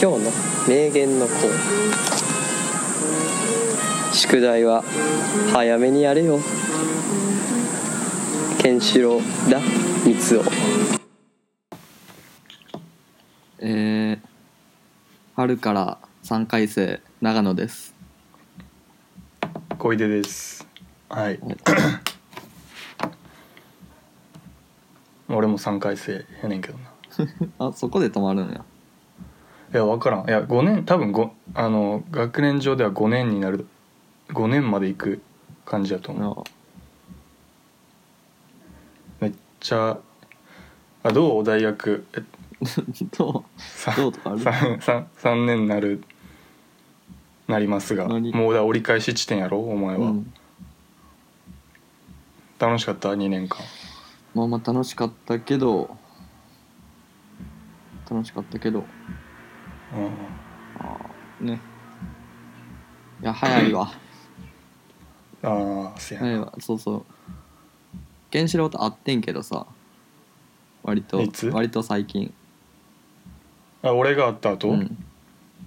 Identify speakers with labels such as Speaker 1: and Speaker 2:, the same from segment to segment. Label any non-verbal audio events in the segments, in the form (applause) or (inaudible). Speaker 1: 今日の名言のコーナー宿題は早めにやれよケンシロウだ三つを
Speaker 2: えー、春から3回生長野です (laughs)
Speaker 3: 小出ですは
Speaker 2: はい
Speaker 3: い俺も3回生やねんけどない
Speaker 2: あそこで止まるんや
Speaker 3: や分からんいや5年多分ごあの学年上では5年になる5年まで行く感じだ
Speaker 2: (laughs)
Speaker 3: と思う
Speaker 2: あ
Speaker 3: めっちゃあどう大学え
Speaker 2: ど
Speaker 3: さ
Speaker 2: どうとかある
Speaker 3: 三三三年なるなりますが
Speaker 2: 何
Speaker 3: もうだ折り返し地点やろお前
Speaker 2: う、う
Speaker 3: は、
Speaker 2: ん、
Speaker 3: 楽しかった2年間
Speaker 2: まあまあ楽しかったけど楽しかったけど
Speaker 3: うん
Speaker 2: ねいや早いわ
Speaker 3: ああせや
Speaker 2: 早いわそうそうケンシロウと会ってんけどさ割と
Speaker 3: いつ
Speaker 2: 割と最近
Speaker 3: あ俺が会った後、
Speaker 2: うん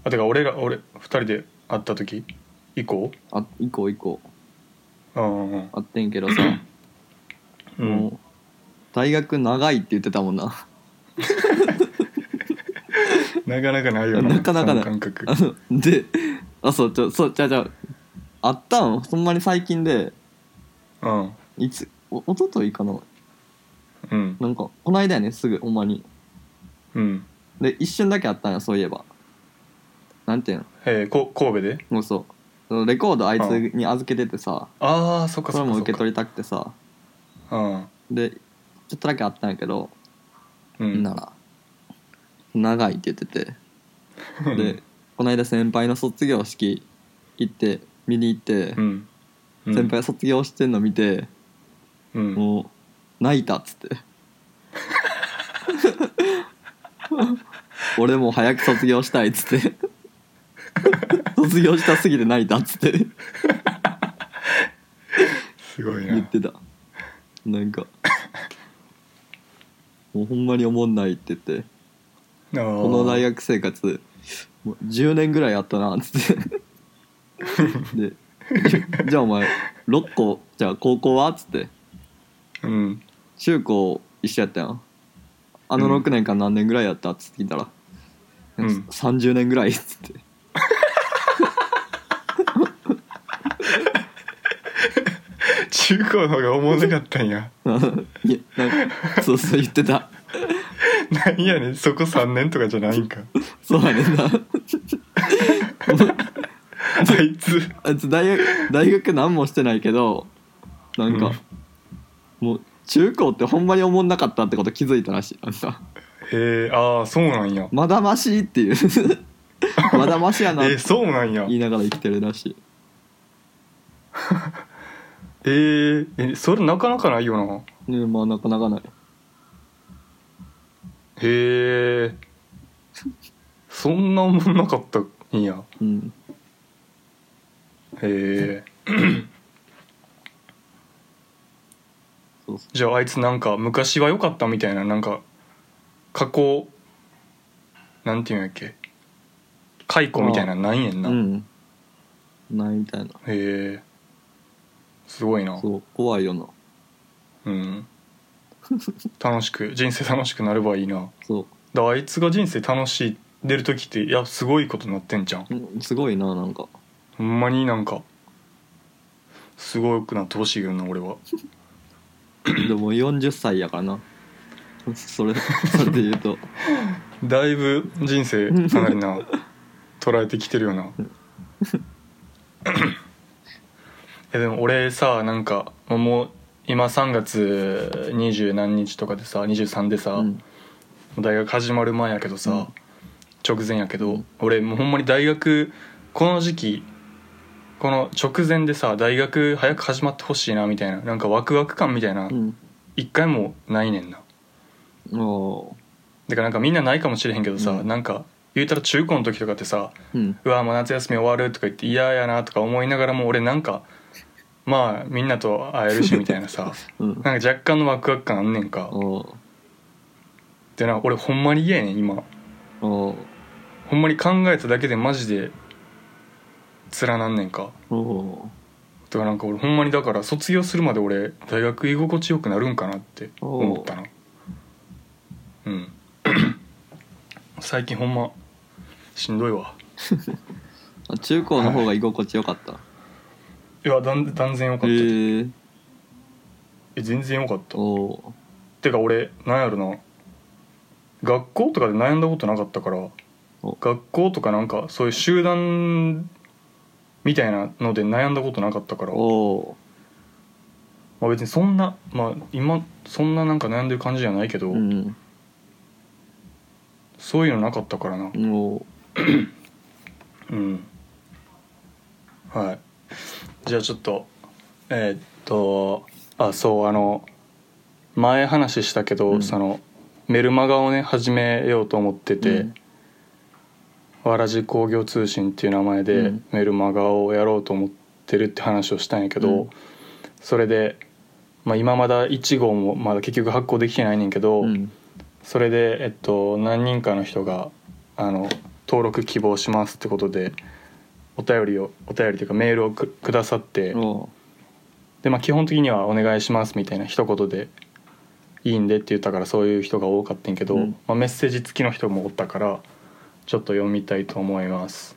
Speaker 3: あてか俺ら俺2人で会った時以降
Speaker 2: あ以降以降
Speaker 3: うんうん
Speaker 2: 会ってんけどさ、
Speaker 3: う
Speaker 2: も
Speaker 3: ん
Speaker 2: う大学長いって言ってたもんな (laughs)
Speaker 3: なかなかないよ
Speaker 2: なかなかない
Speaker 3: その感覚
Speaker 2: あのであそうちょそうじゃじゃあったんほんまに最近で
Speaker 3: うん
Speaker 2: いつおおとといかな
Speaker 3: うん
Speaker 2: なんかこの間やねすぐほんまに
Speaker 3: うん
Speaker 2: で一瞬だけあったんやそういえばなんていうの
Speaker 3: えー、こ神戸で
Speaker 2: もうそうそのレコードあいつに預けててさ、
Speaker 3: ああそっか
Speaker 2: それ
Speaker 3: そっか
Speaker 2: も
Speaker 3: そっ
Speaker 2: 受け
Speaker 3: か
Speaker 2: 取りたくてさ
Speaker 3: うん
Speaker 2: でちょっとだけあったんやけど、
Speaker 3: うん
Speaker 2: なら長いって言っててでこの間先輩の卒業式行って見に行って、
Speaker 3: (laughs) うんうん
Speaker 2: 先輩卒業してんの見て、
Speaker 3: うん
Speaker 2: もう泣いたっつって
Speaker 3: (laughs)
Speaker 2: 俺もう早く卒業したいっつって卒業したすぎて泣いたっつって
Speaker 3: すごい
Speaker 2: 言っ
Speaker 3: な
Speaker 2: てたなんかもうほんまに思んないって言ってこ
Speaker 3: こ
Speaker 2: の大学生活もう10年ぐらいあったなっつってで「じゃあお前6個じゃあ高校は?」っつって
Speaker 3: うん
Speaker 2: 中高一緒やったやんあ
Speaker 3: う
Speaker 2: の
Speaker 3: ん
Speaker 2: 6年間何年ぐらいやったっつって聞いたら、
Speaker 3: うん
Speaker 2: 30年ぐらいっつって
Speaker 3: 中高の方がおもんなかったんや (laughs)
Speaker 2: いやなんかそうそう言ってた
Speaker 3: なんやねんそこ3年とかじゃない
Speaker 2: (laughs)
Speaker 3: んか
Speaker 2: そうやねんな
Speaker 3: あいつ
Speaker 2: あいつ大学大学何もしてないけどなんか、もう中高ってほんまに思んなかったってこと気づいたらしいなんか
Speaker 3: へえああそうなんや
Speaker 2: まだましいって
Speaker 3: (laughs)
Speaker 2: いうまだましや
Speaker 3: え
Speaker 2: なって
Speaker 3: ー、そうなんや
Speaker 2: 言いながら生きてるらしい
Speaker 3: えー、えそれなかなかないよな
Speaker 2: ねまあなかなかない
Speaker 3: へえそんなおもんなかったんや
Speaker 2: うん
Speaker 3: へえ
Speaker 2: そうそ
Speaker 3: じゃああいつなんか昔は良かったみたいななんか過去なんていうんやっけ解雇みたいなのないんやん
Speaker 2: う
Speaker 3: な、
Speaker 2: うんないみたいな
Speaker 3: へえすごいな
Speaker 2: そう怖いよな (laughs)
Speaker 3: うん楽しく人生楽しくなればいいな
Speaker 2: そ
Speaker 3: だあいつが人生楽しい出る時っていやすごいことになってんじゃん
Speaker 2: ううんすごいななんか
Speaker 3: ほんまになんかすごくなってほしいよな俺は
Speaker 2: でも40歳やからなそれそれで言う
Speaker 3: (laughs)
Speaker 2: と
Speaker 3: だいぶ人生かなりな
Speaker 2: (laughs)
Speaker 3: 捉えてきてるよなえでも俺さなんかもう今3月二十何日とかでさ23でさ、
Speaker 2: うん
Speaker 3: 大学始まる前やけどさ、
Speaker 2: うん
Speaker 3: 直前やけど、
Speaker 2: うん
Speaker 3: 俺もうほんまに大学この時期この直前でさ大学早く始まってほしいなみたいななんかワクワク感みたいな
Speaker 2: うん
Speaker 3: 一、回もないねんな
Speaker 2: お
Speaker 3: だからなんかみんなないかもしれへんけどさ、
Speaker 2: うん
Speaker 3: なんか言うたら中高の時とかってさ
Speaker 2: ーうん
Speaker 3: うわもう夏休み終わるとか言って嫌やなとか思いながらも俺なんかまあみんなと会えるしみたい
Speaker 2: (laughs)
Speaker 3: なさ
Speaker 2: うん
Speaker 3: なんか若干のワクワク感あんねんか
Speaker 2: おー
Speaker 3: でな俺ほんまに嫌やねん今
Speaker 2: おー
Speaker 3: ほんまに考えただけでマジで連なんねんか
Speaker 2: おお
Speaker 3: だからなんか俺ほんまにだから卒業するまで俺大学居心地よくなるんかなって思ったなうん (clears throat) 最近ほんましんどいわ
Speaker 2: あ中高の方が居心地よかった、
Speaker 3: いや断断然よかった、
Speaker 2: へえ
Speaker 3: え全然よかった
Speaker 2: おお
Speaker 3: てか俺なんやろな学校とかで悩んだことなかったから
Speaker 2: お
Speaker 3: 学校とかなんかそういう集団みたいなので悩んだことなかったから
Speaker 2: おお
Speaker 3: まあ、別にそんな、まあ、今そんななんか悩んでる感じじゃないけど、
Speaker 2: うん
Speaker 3: そういうのなかったからな
Speaker 2: おお
Speaker 3: うんはいじゃあちょっとえーっとあそうあの前話したけど、
Speaker 2: うん
Speaker 3: そのメルマガをね始めようと思ってて、
Speaker 2: うん
Speaker 3: わらじ工業通信っていう名前
Speaker 2: う
Speaker 3: で
Speaker 2: ん
Speaker 3: メルマガをやろうと思ってるって話をしたんやけど、
Speaker 2: うん
Speaker 3: それで、まあ、今まだ1号もまだ結局発行できてないねんけど、
Speaker 2: うん
Speaker 3: それで、えっと、何人かの人があの登録希望しますってことでお便りをお便りというかメールをくくださって
Speaker 2: おお
Speaker 3: で、まあ、基本的には「お願いします」みたいな一言で「いいんで」って言ったからそういう人が多かったんけど、
Speaker 2: うん
Speaker 3: まあ、メッセージ付きの人もおったからちょっと読みたいと思います。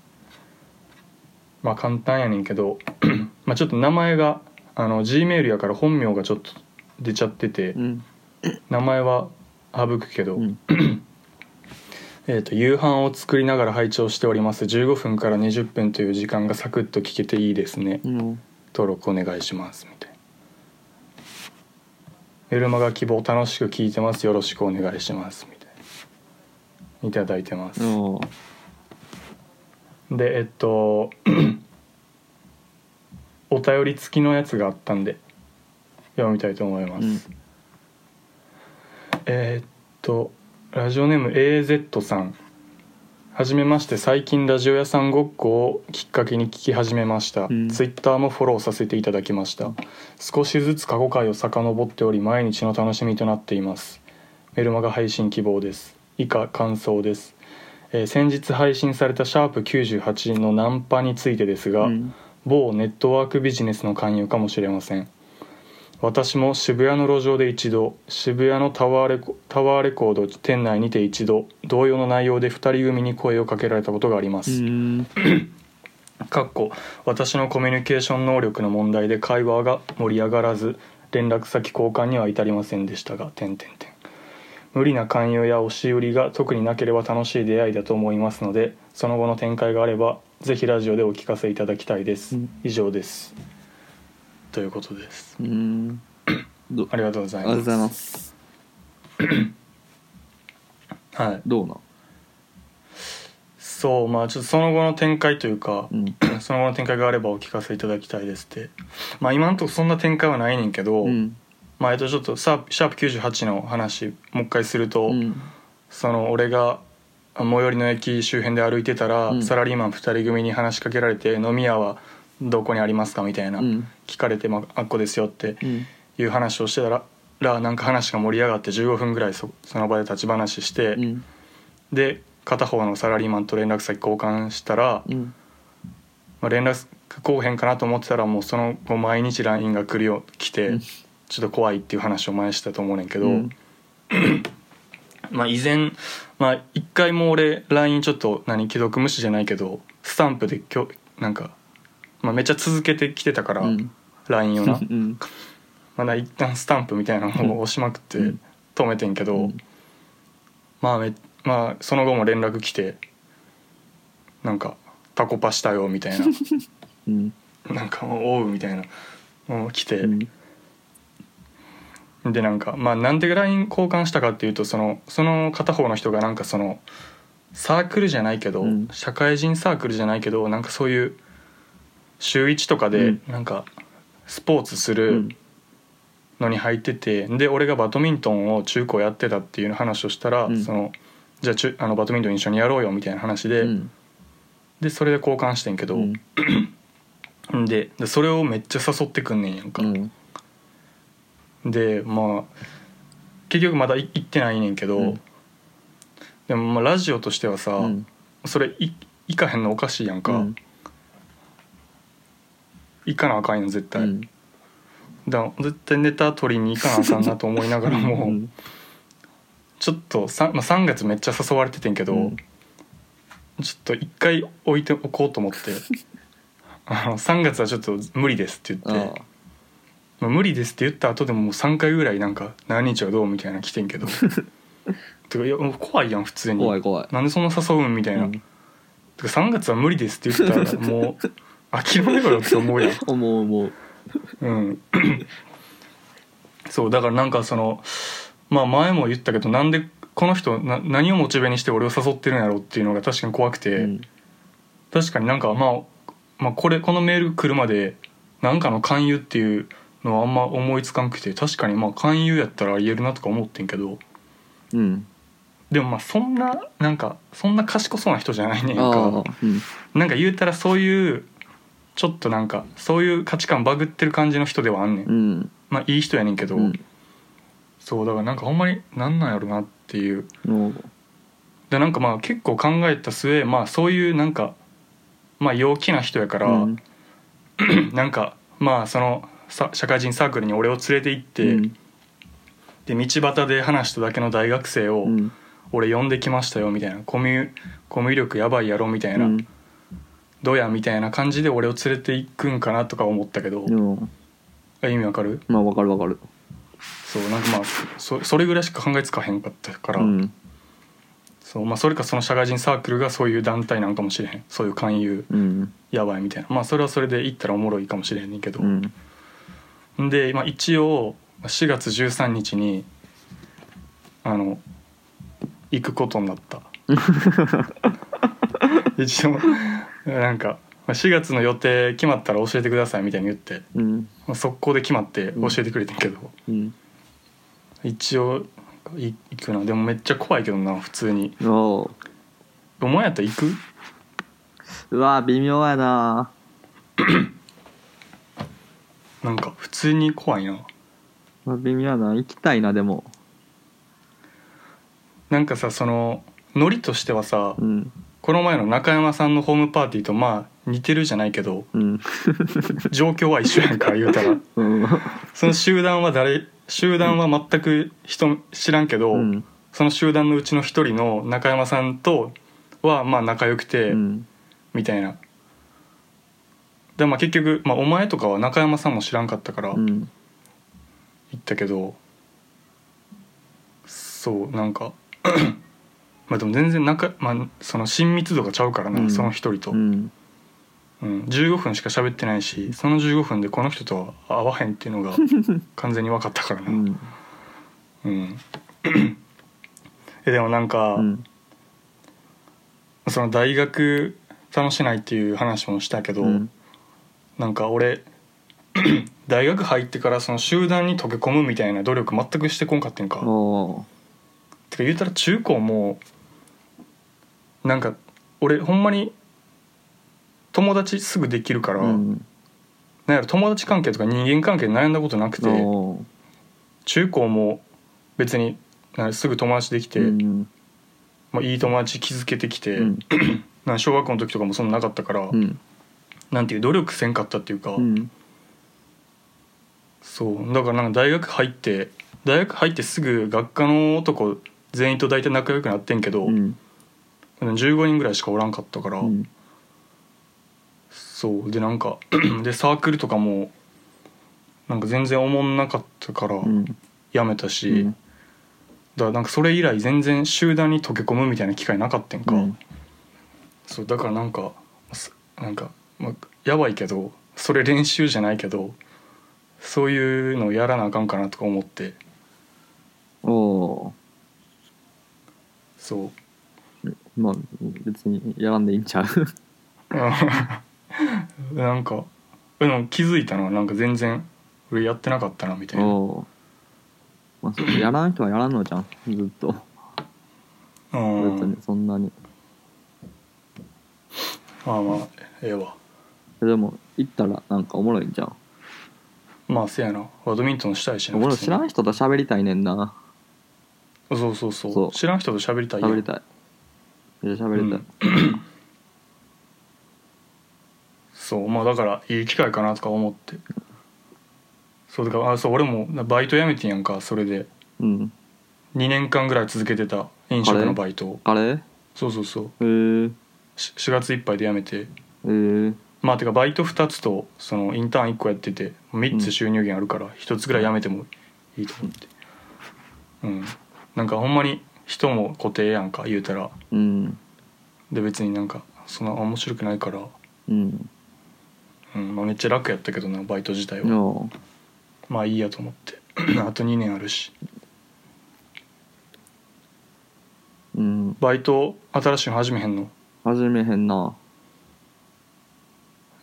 Speaker 3: まあ簡単やねんけど (clears throat) まあちょっと名前があの G メールやから本名がちょっと出ちゃってて、
Speaker 2: うん
Speaker 3: 名前は省くけど、
Speaker 2: うん
Speaker 3: えー、と夕飯を作りながら拝聴しております15分から20分という時間がサクッと聞けていいですね
Speaker 2: うん
Speaker 3: 登録お願いしますみたいなメルマガ希望楽しく聞いてますよろしくお願いしますみたいないただいてます
Speaker 2: おお
Speaker 3: でえっと (clears throat) お便り付きのやつがあったんで読みたいと思います、
Speaker 2: うん
Speaker 3: えーっとラジオネーム AZ さんはじめまして最近ラジオ屋さんごっこをきっかけに聞き始めました、
Speaker 2: うん
Speaker 3: ツイッターもフォローさせていただきました少しずつ過去回を遡っており毎日の楽しみとなっていますメルマガ配信希望です以下感想です、えー先日配信された「シャープ #98」のナンパについてですが、
Speaker 2: うん
Speaker 3: 某ネットワークビジネスの勧誘かもしれません私も渋谷の路上で一度渋谷のタワーレコタワーレコード店内にて一度同様の内容で2人組に声をかけられたことがありま
Speaker 2: う
Speaker 3: す、
Speaker 2: ん
Speaker 3: かっこ私のコミュニケーション能力の問題で会話が盛り上がらず連絡先交換には至りませんでしたが点点点無理な勧誘や押し売りが特になければ楽しい出会いだと思いますのでその後の展開があればぜひラジオでお聞かせいただきたいです、
Speaker 2: うん
Speaker 3: 以上ですということです
Speaker 2: うんど
Speaker 3: ありがとうござ
Speaker 2: あ
Speaker 3: い
Speaker 2: りがとう
Speaker 3: ま
Speaker 2: ご
Speaker 3: す
Speaker 2: ざいます
Speaker 3: はい
Speaker 2: どうなん
Speaker 3: そうまあちょっとその後の展開というか、
Speaker 2: うん
Speaker 3: その後の展開があればお聞かせいただきたいですってまあ今のとこそんな展開はないねんけど、
Speaker 2: うん
Speaker 3: まあ、えっとちょっとさシャープ98の話もう一回すると、
Speaker 2: うん
Speaker 3: その俺が最寄りの駅周辺で歩いてたら、
Speaker 2: うん
Speaker 3: サラリーマン2人組に話しかけられて「飲み屋はどこにありますか?」みたいな、
Speaker 2: うん
Speaker 3: 聞かれて、まあ「あっこですよ」って
Speaker 2: うん
Speaker 3: いう話をしてたららなんか話が盛り上がって15分ぐらいそその場で立ち話して、
Speaker 2: うん
Speaker 3: で片方のサラリーマンと連絡先交換したら、
Speaker 2: うん
Speaker 3: まあ、連絡交変かなと思ってたらもうその後毎日 LINE が来るよ来て、
Speaker 2: うん
Speaker 3: ちょっと怖いっていう話を前にしたと思うねんけど。
Speaker 2: うん
Speaker 3: まあ、以前、まあ、一回も俺 LINE ちょっと何既読無視じゃないけどスタンプできょなんか、まあ、めっちゃ続けてきてたから、
Speaker 2: うん (laughs)
Speaker 3: LINE をな
Speaker 2: うん
Speaker 3: まだ一旦スタンプみたいなのを押しまくって
Speaker 2: うん
Speaker 3: 止めてんけど、
Speaker 2: うん
Speaker 3: まあめ、まあ、その後も連絡来てなんか「タコパしたよ」みた
Speaker 2: (laughs)
Speaker 3: いな
Speaker 2: うん
Speaker 3: なんか「おう」みたいなの来て。
Speaker 2: うん
Speaker 3: でなんかまあなんで LINE 交換したかっていうとそのその片方の人がなんかそのサークルじゃないけど、
Speaker 2: うん
Speaker 3: 社会人サークルじゃないけどなんかそういう週1とか
Speaker 2: う
Speaker 3: で
Speaker 2: ん
Speaker 3: なんかスポーツす
Speaker 2: う
Speaker 3: る
Speaker 2: ん
Speaker 3: のに入ってて、で俺がバドミントンを中高やってたっていう話をしたら、
Speaker 2: うん
Speaker 3: そのじゃあ中あのバドミントン一緒にやろうよみたいな話で、
Speaker 2: うん
Speaker 3: でそれで交換してんけど、
Speaker 2: うん
Speaker 3: ででそれをめっちゃ誘ってくんねんやんか。
Speaker 2: うん
Speaker 3: でまあ結局まだい行ってないねんけど、
Speaker 2: うん
Speaker 3: でもまあラジオとしてはさ、
Speaker 2: うん
Speaker 3: それい行かへんのおかしいやんか、
Speaker 2: うん
Speaker 3: 行かなあかんやん絶対、
Speaker 2: うん
Speaker 3: だから絶対ネタ取りに行かなあかんなと思いながらも、
Speaker 2: うん
Speaker 3: (laughs) ちょっと 3,、まあ、3月めっちゃ誘われててんけど、
Speaker 2: うん
Speaker 3: ちょっと一回置いておこうと思って
Speaker 2: (laughs)
Speaker 3: あの3月はちょっと無理ですって言っ
Speaker 2: あ
Speaker 3: てまあ、無理ですって言った後でももう3回ぐらいなんか「何日はどう?」みたいなの来てんけ
Speaker 2: (laughs)
Speaker 3: どてかいやもう怖いやん普通
Speaker 2: あ
Speaker 3: に
Speaker 2: 怖い怖い
Speaker 3: なんでそんな誘うんみたいな、
Speaker 2: うん
Speaker 3: てか3月は無理ですって言ったらも
Speaker 2: (laughs)
Speaker 3: う諦めろよって思うやん
Speaker 2: 思う思う (laughs)
Speaker 3: うん、そうだからなんかそのまあ前も言ったけどなんでこの人な何をモチベにして俺を誘ってるんやろうっていうのが確かに怖くて、
Speaker 2: うん
Speaker 3: 確かになんか、まあ、まあこれこのメール来るまでなんかの勧誘っていうのはあんま思いつかんくて確かにまあ勧誘やったら言えるなとか思ってんけど
Speaker 2: うん
Speaker 3: でもまあそんななんかそんな賢そうな人じゃないねん
Speaker 2: あ
Speaker 3: か
Speaker 2: あうん
Speaker 3: なんか言うたらそういうちょっとなんかそういう価値観バグってる感じの人ではあんねん
Speaker 2: うん
Speaker 3: まあいい人やねんけど、
Speaker 2: うん
Speaker 3: そうだからなんかほんまになんなんやろなっていう
Speaker 2: もう
Speaker 3: でなんかまあ結構考えた末まあそういうなんかまあ陽気な人やから、
Speaker 2: うん
Speaker 3: (clears throat) なんかまあそのさ社会人サークルに俺を連れて行って、
Speaker 2: うん
Speaker 3: で道端で話しただけの大学生を
Speaker 2: うん
Speaker 3: 俺呼んできましたよみたいなコミュコミュ力やばいやろみたいな、
Speaker 2: うん
Speaker 3: どうやみたいな感じで俺を連れて行くんかなとか思ったけど、
Speaker 2: うん
Speaker 3: あ意味わかる
Speaker 2: まあわかるわかる
Speaker 3: そうなんかまあそそれぐらいしか考えつかへんかったから、
Speaker 2: うん
Speaker 3: そうまあ、それかその社会人サークルがそういう団体なんかもしれへんそういう勧誘
Speaker 2: うん
Speaker 3: やばいみたいなまあそれはそれで行ったらおもろいかもしれへんねんけど
Speaker 2: う、ん
Speaker 3: で、まあ、一応4月13日にあの行くことになった
Speaker 2: (laughs)
Speaker 3: 一応なんかまあ4月の予定決まったら教えてくださいみたいに言って
Speaker 2: うん
Speaker 3: まあ速攻で決まって教えてくれてんけど、
Speaker 2: うん
Speaker 3: 一応い行くなでもめっちゃ怖いけどな普通に
Speaker 2: おう
Speaker 3: お前やったら行く
Speaker 2: うわ微妙やな
Speaker 3: なんか普通に怖いな
Speaker 2: まあ微妙やな行きたいなでも
Speaker 3: なんかさそのノリとしてはさ、
Speaker 2: うん
Speaker 3: この前の中山さんのホームパーティーとまあ似てるじゃないけど
Speaker 2: うん
Speaker 3: 状況は一緒
Speaker 2: (laughs)
Speaker 3: やんか言うたら
Speaker 2: うん
Speaker 3: その集団は誰集団は全く人知らんけど、
Speaker 2: うん
Speaker 3: その集団のうちの一人の中山さんとはまあ仲良くて、
Speaker 2: うん
Speaker 3: みたいなでまあ結局、まあ、お前とかは中山さんも知らんかったから
Speaker 2: う
Speaker 3: 行
Speaker 2: ん
Speaker 3: ったけど、そうなんか (clears throat) まあでも全然仲、まあ、その親密度がちゃうからな、
Speaker 2: うん
Speaker 3: その一人と。
Speaker 2: うん
Speaker 3: うん、15分しか喋ってないしその15分でこの人とは会わへんってい
Speaker 2: (laughs)
Speaker 3: うのが完全に分かったからな、
Speaker 2: う
Speaker 3: うん
Speaker 2: ん
Speaker 3: (clears throat) えでもなんか、
Speaker 2: うん
Speaker 3: その大学楽しないっていう話もしたけど、
Speaker 2: うん
Speaker 3: なんか俺 (clears throat) 大学入ってからその集団に溶け込むみたいな努力全くしてこんかってんか、
Speaker 2: おう
Speaker 3: てか言うたら中高もなんか俺ほんまに友達すぐできるから、
Speaker 2: うん
Speaker 3: なんやろ友達関係とか人間関係で悩んだことなくて、
Speaker 2: おう
Speaker 3: 中高も別になんかすぐ友達できて、
Speaker 2: うん
Speaker 3: まあ、いい友達築けてきて、
Speaker 2: うん
Speaker 3: なんか小学校の時とかもそんななかったから、
Speaker 2: うん
Speaker 3: なんていう努力せんかったっていうか、
Speaker 2: うん
Speaker 3: そうだからなんか大学入って大学入ってすぐ学科の男全員と大体仲良くなってんけど、
Speaker 2: うん
Speaker 3: 15人ぐらいしかおらんかったから、
Speaker 2: うん
Speaker 3: そうでなんか (clears throat) でサークルとかもなんか全然おもんなかったから
Speaker 2: うん
Speaker 3: やめたし、
Speaker 2: うん
Speaker 3: だからなんかそれ以来全然集団に溶け込むみたいな機会なかったんか、
Speaker 2: うん
Speaker 3: そうだからなんかすなんか、まあ、やばいけどそれ練習じゃないけどそういうのやらなあかんかなとか思って
Speaker 2: おう
Speaker 3: そう
Speaker 2: まあ別にやらんでいいんちゃう
Speaker 3: うん (laughs) なんかでも気づいたのはなんか全然俺やってなかったなみたいな、
Speaker 2: おうまあそうやらん人はやらんのじゃんずっと
Speaker 3: う
Speaker 2: ずっとね
Speaker 3: ん、
Speaker 2: そんなに
Speaker 3: まあまあええわ
Speaker 2: でも行ったらなんかおもろいんじゃん
Speaker 3: まあせやなバドミントンしたいしな
Speaker 2: 俺
Speaker 3: 普
Speaker 2: も
Speaker 3: 通
Speaker 2: 知
Speaker 3: に
Speaker 2: らん人と喋りたいねんな
Speaker 3: そうそうそう
Speaker 2: そう
Speaker 3: 知らん人と喋りたいやん
Speaker 2: 喋りたいめっちゃ喋れた、
Speaker 3: うんそうまあだからいい機会かなとか思ってそうだからあそう俺もバイト辞めてんやんかそれで
Speaker 2: うん、
Speaker 3: 2年間ぐらい続けてた飲食のバイトを
Speaker 2: あれえ
Speaker 3: そうそうそう
Speaker 2: ー、
Speaker 3: し4月いっぱいで辞めて
Speaker 2: えー、
Speaker 3: まあてかバイト2つとそのインターン1個やってて3つ収入源あるから1つぐらい辞めてもいいと思ってうんなんかほんまに人も固定やんか言うたら
Speaker 2: うん
Speaker 3: で別になんかそんな面白くないから、
Speaker 2: うん
Speaker 3: うんまあ、めっちゃ楽やったけどなバイト自体は
Speaker 2: の
Speaker 3: まあいいやと思って (clears throat) あと2年あるし
Speaker 2: うん
Speaker 3: バイト新しいの始めへんの
Speaker 2: 始めへんな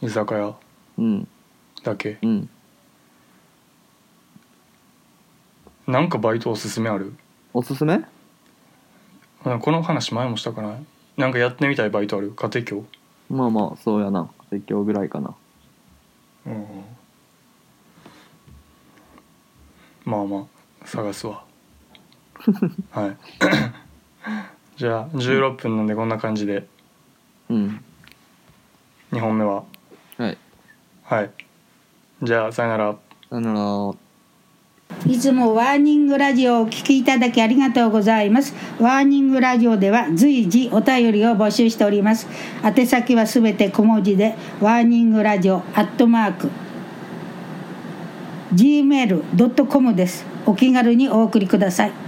Speaker 3: 居酒屋
Speaker 2: うん
Speaker 3: だけ
Speaker 2: うん
Speaker 3: なんかバイトおすすめある
Speaker 2: おすすめ
Speaker 3: まあこの話前もしたかななんかやってみたいバイトある家庭教
Speaker 2: まあまあそうやな説教ぐらいかな
Speaker 3: うんまあまあ探す (laughs) わはい (clears throat) じゃあ16分なんでこんな感じで
Speaker 2: うん
Speaker 3: 2本目は
Speaker 2: はい
Speaker 3: はいじゃあさよなら
Speaker 2: さよなら
Speaker 4: いつもワーニングラジオをお聞きいただきありがとうございます。ワーニングラジオでは随時お便りを募集しております。宛先はすべて小文字で、ワーニングラジオアットマーク、gmail.com です。お気軽にお送りください。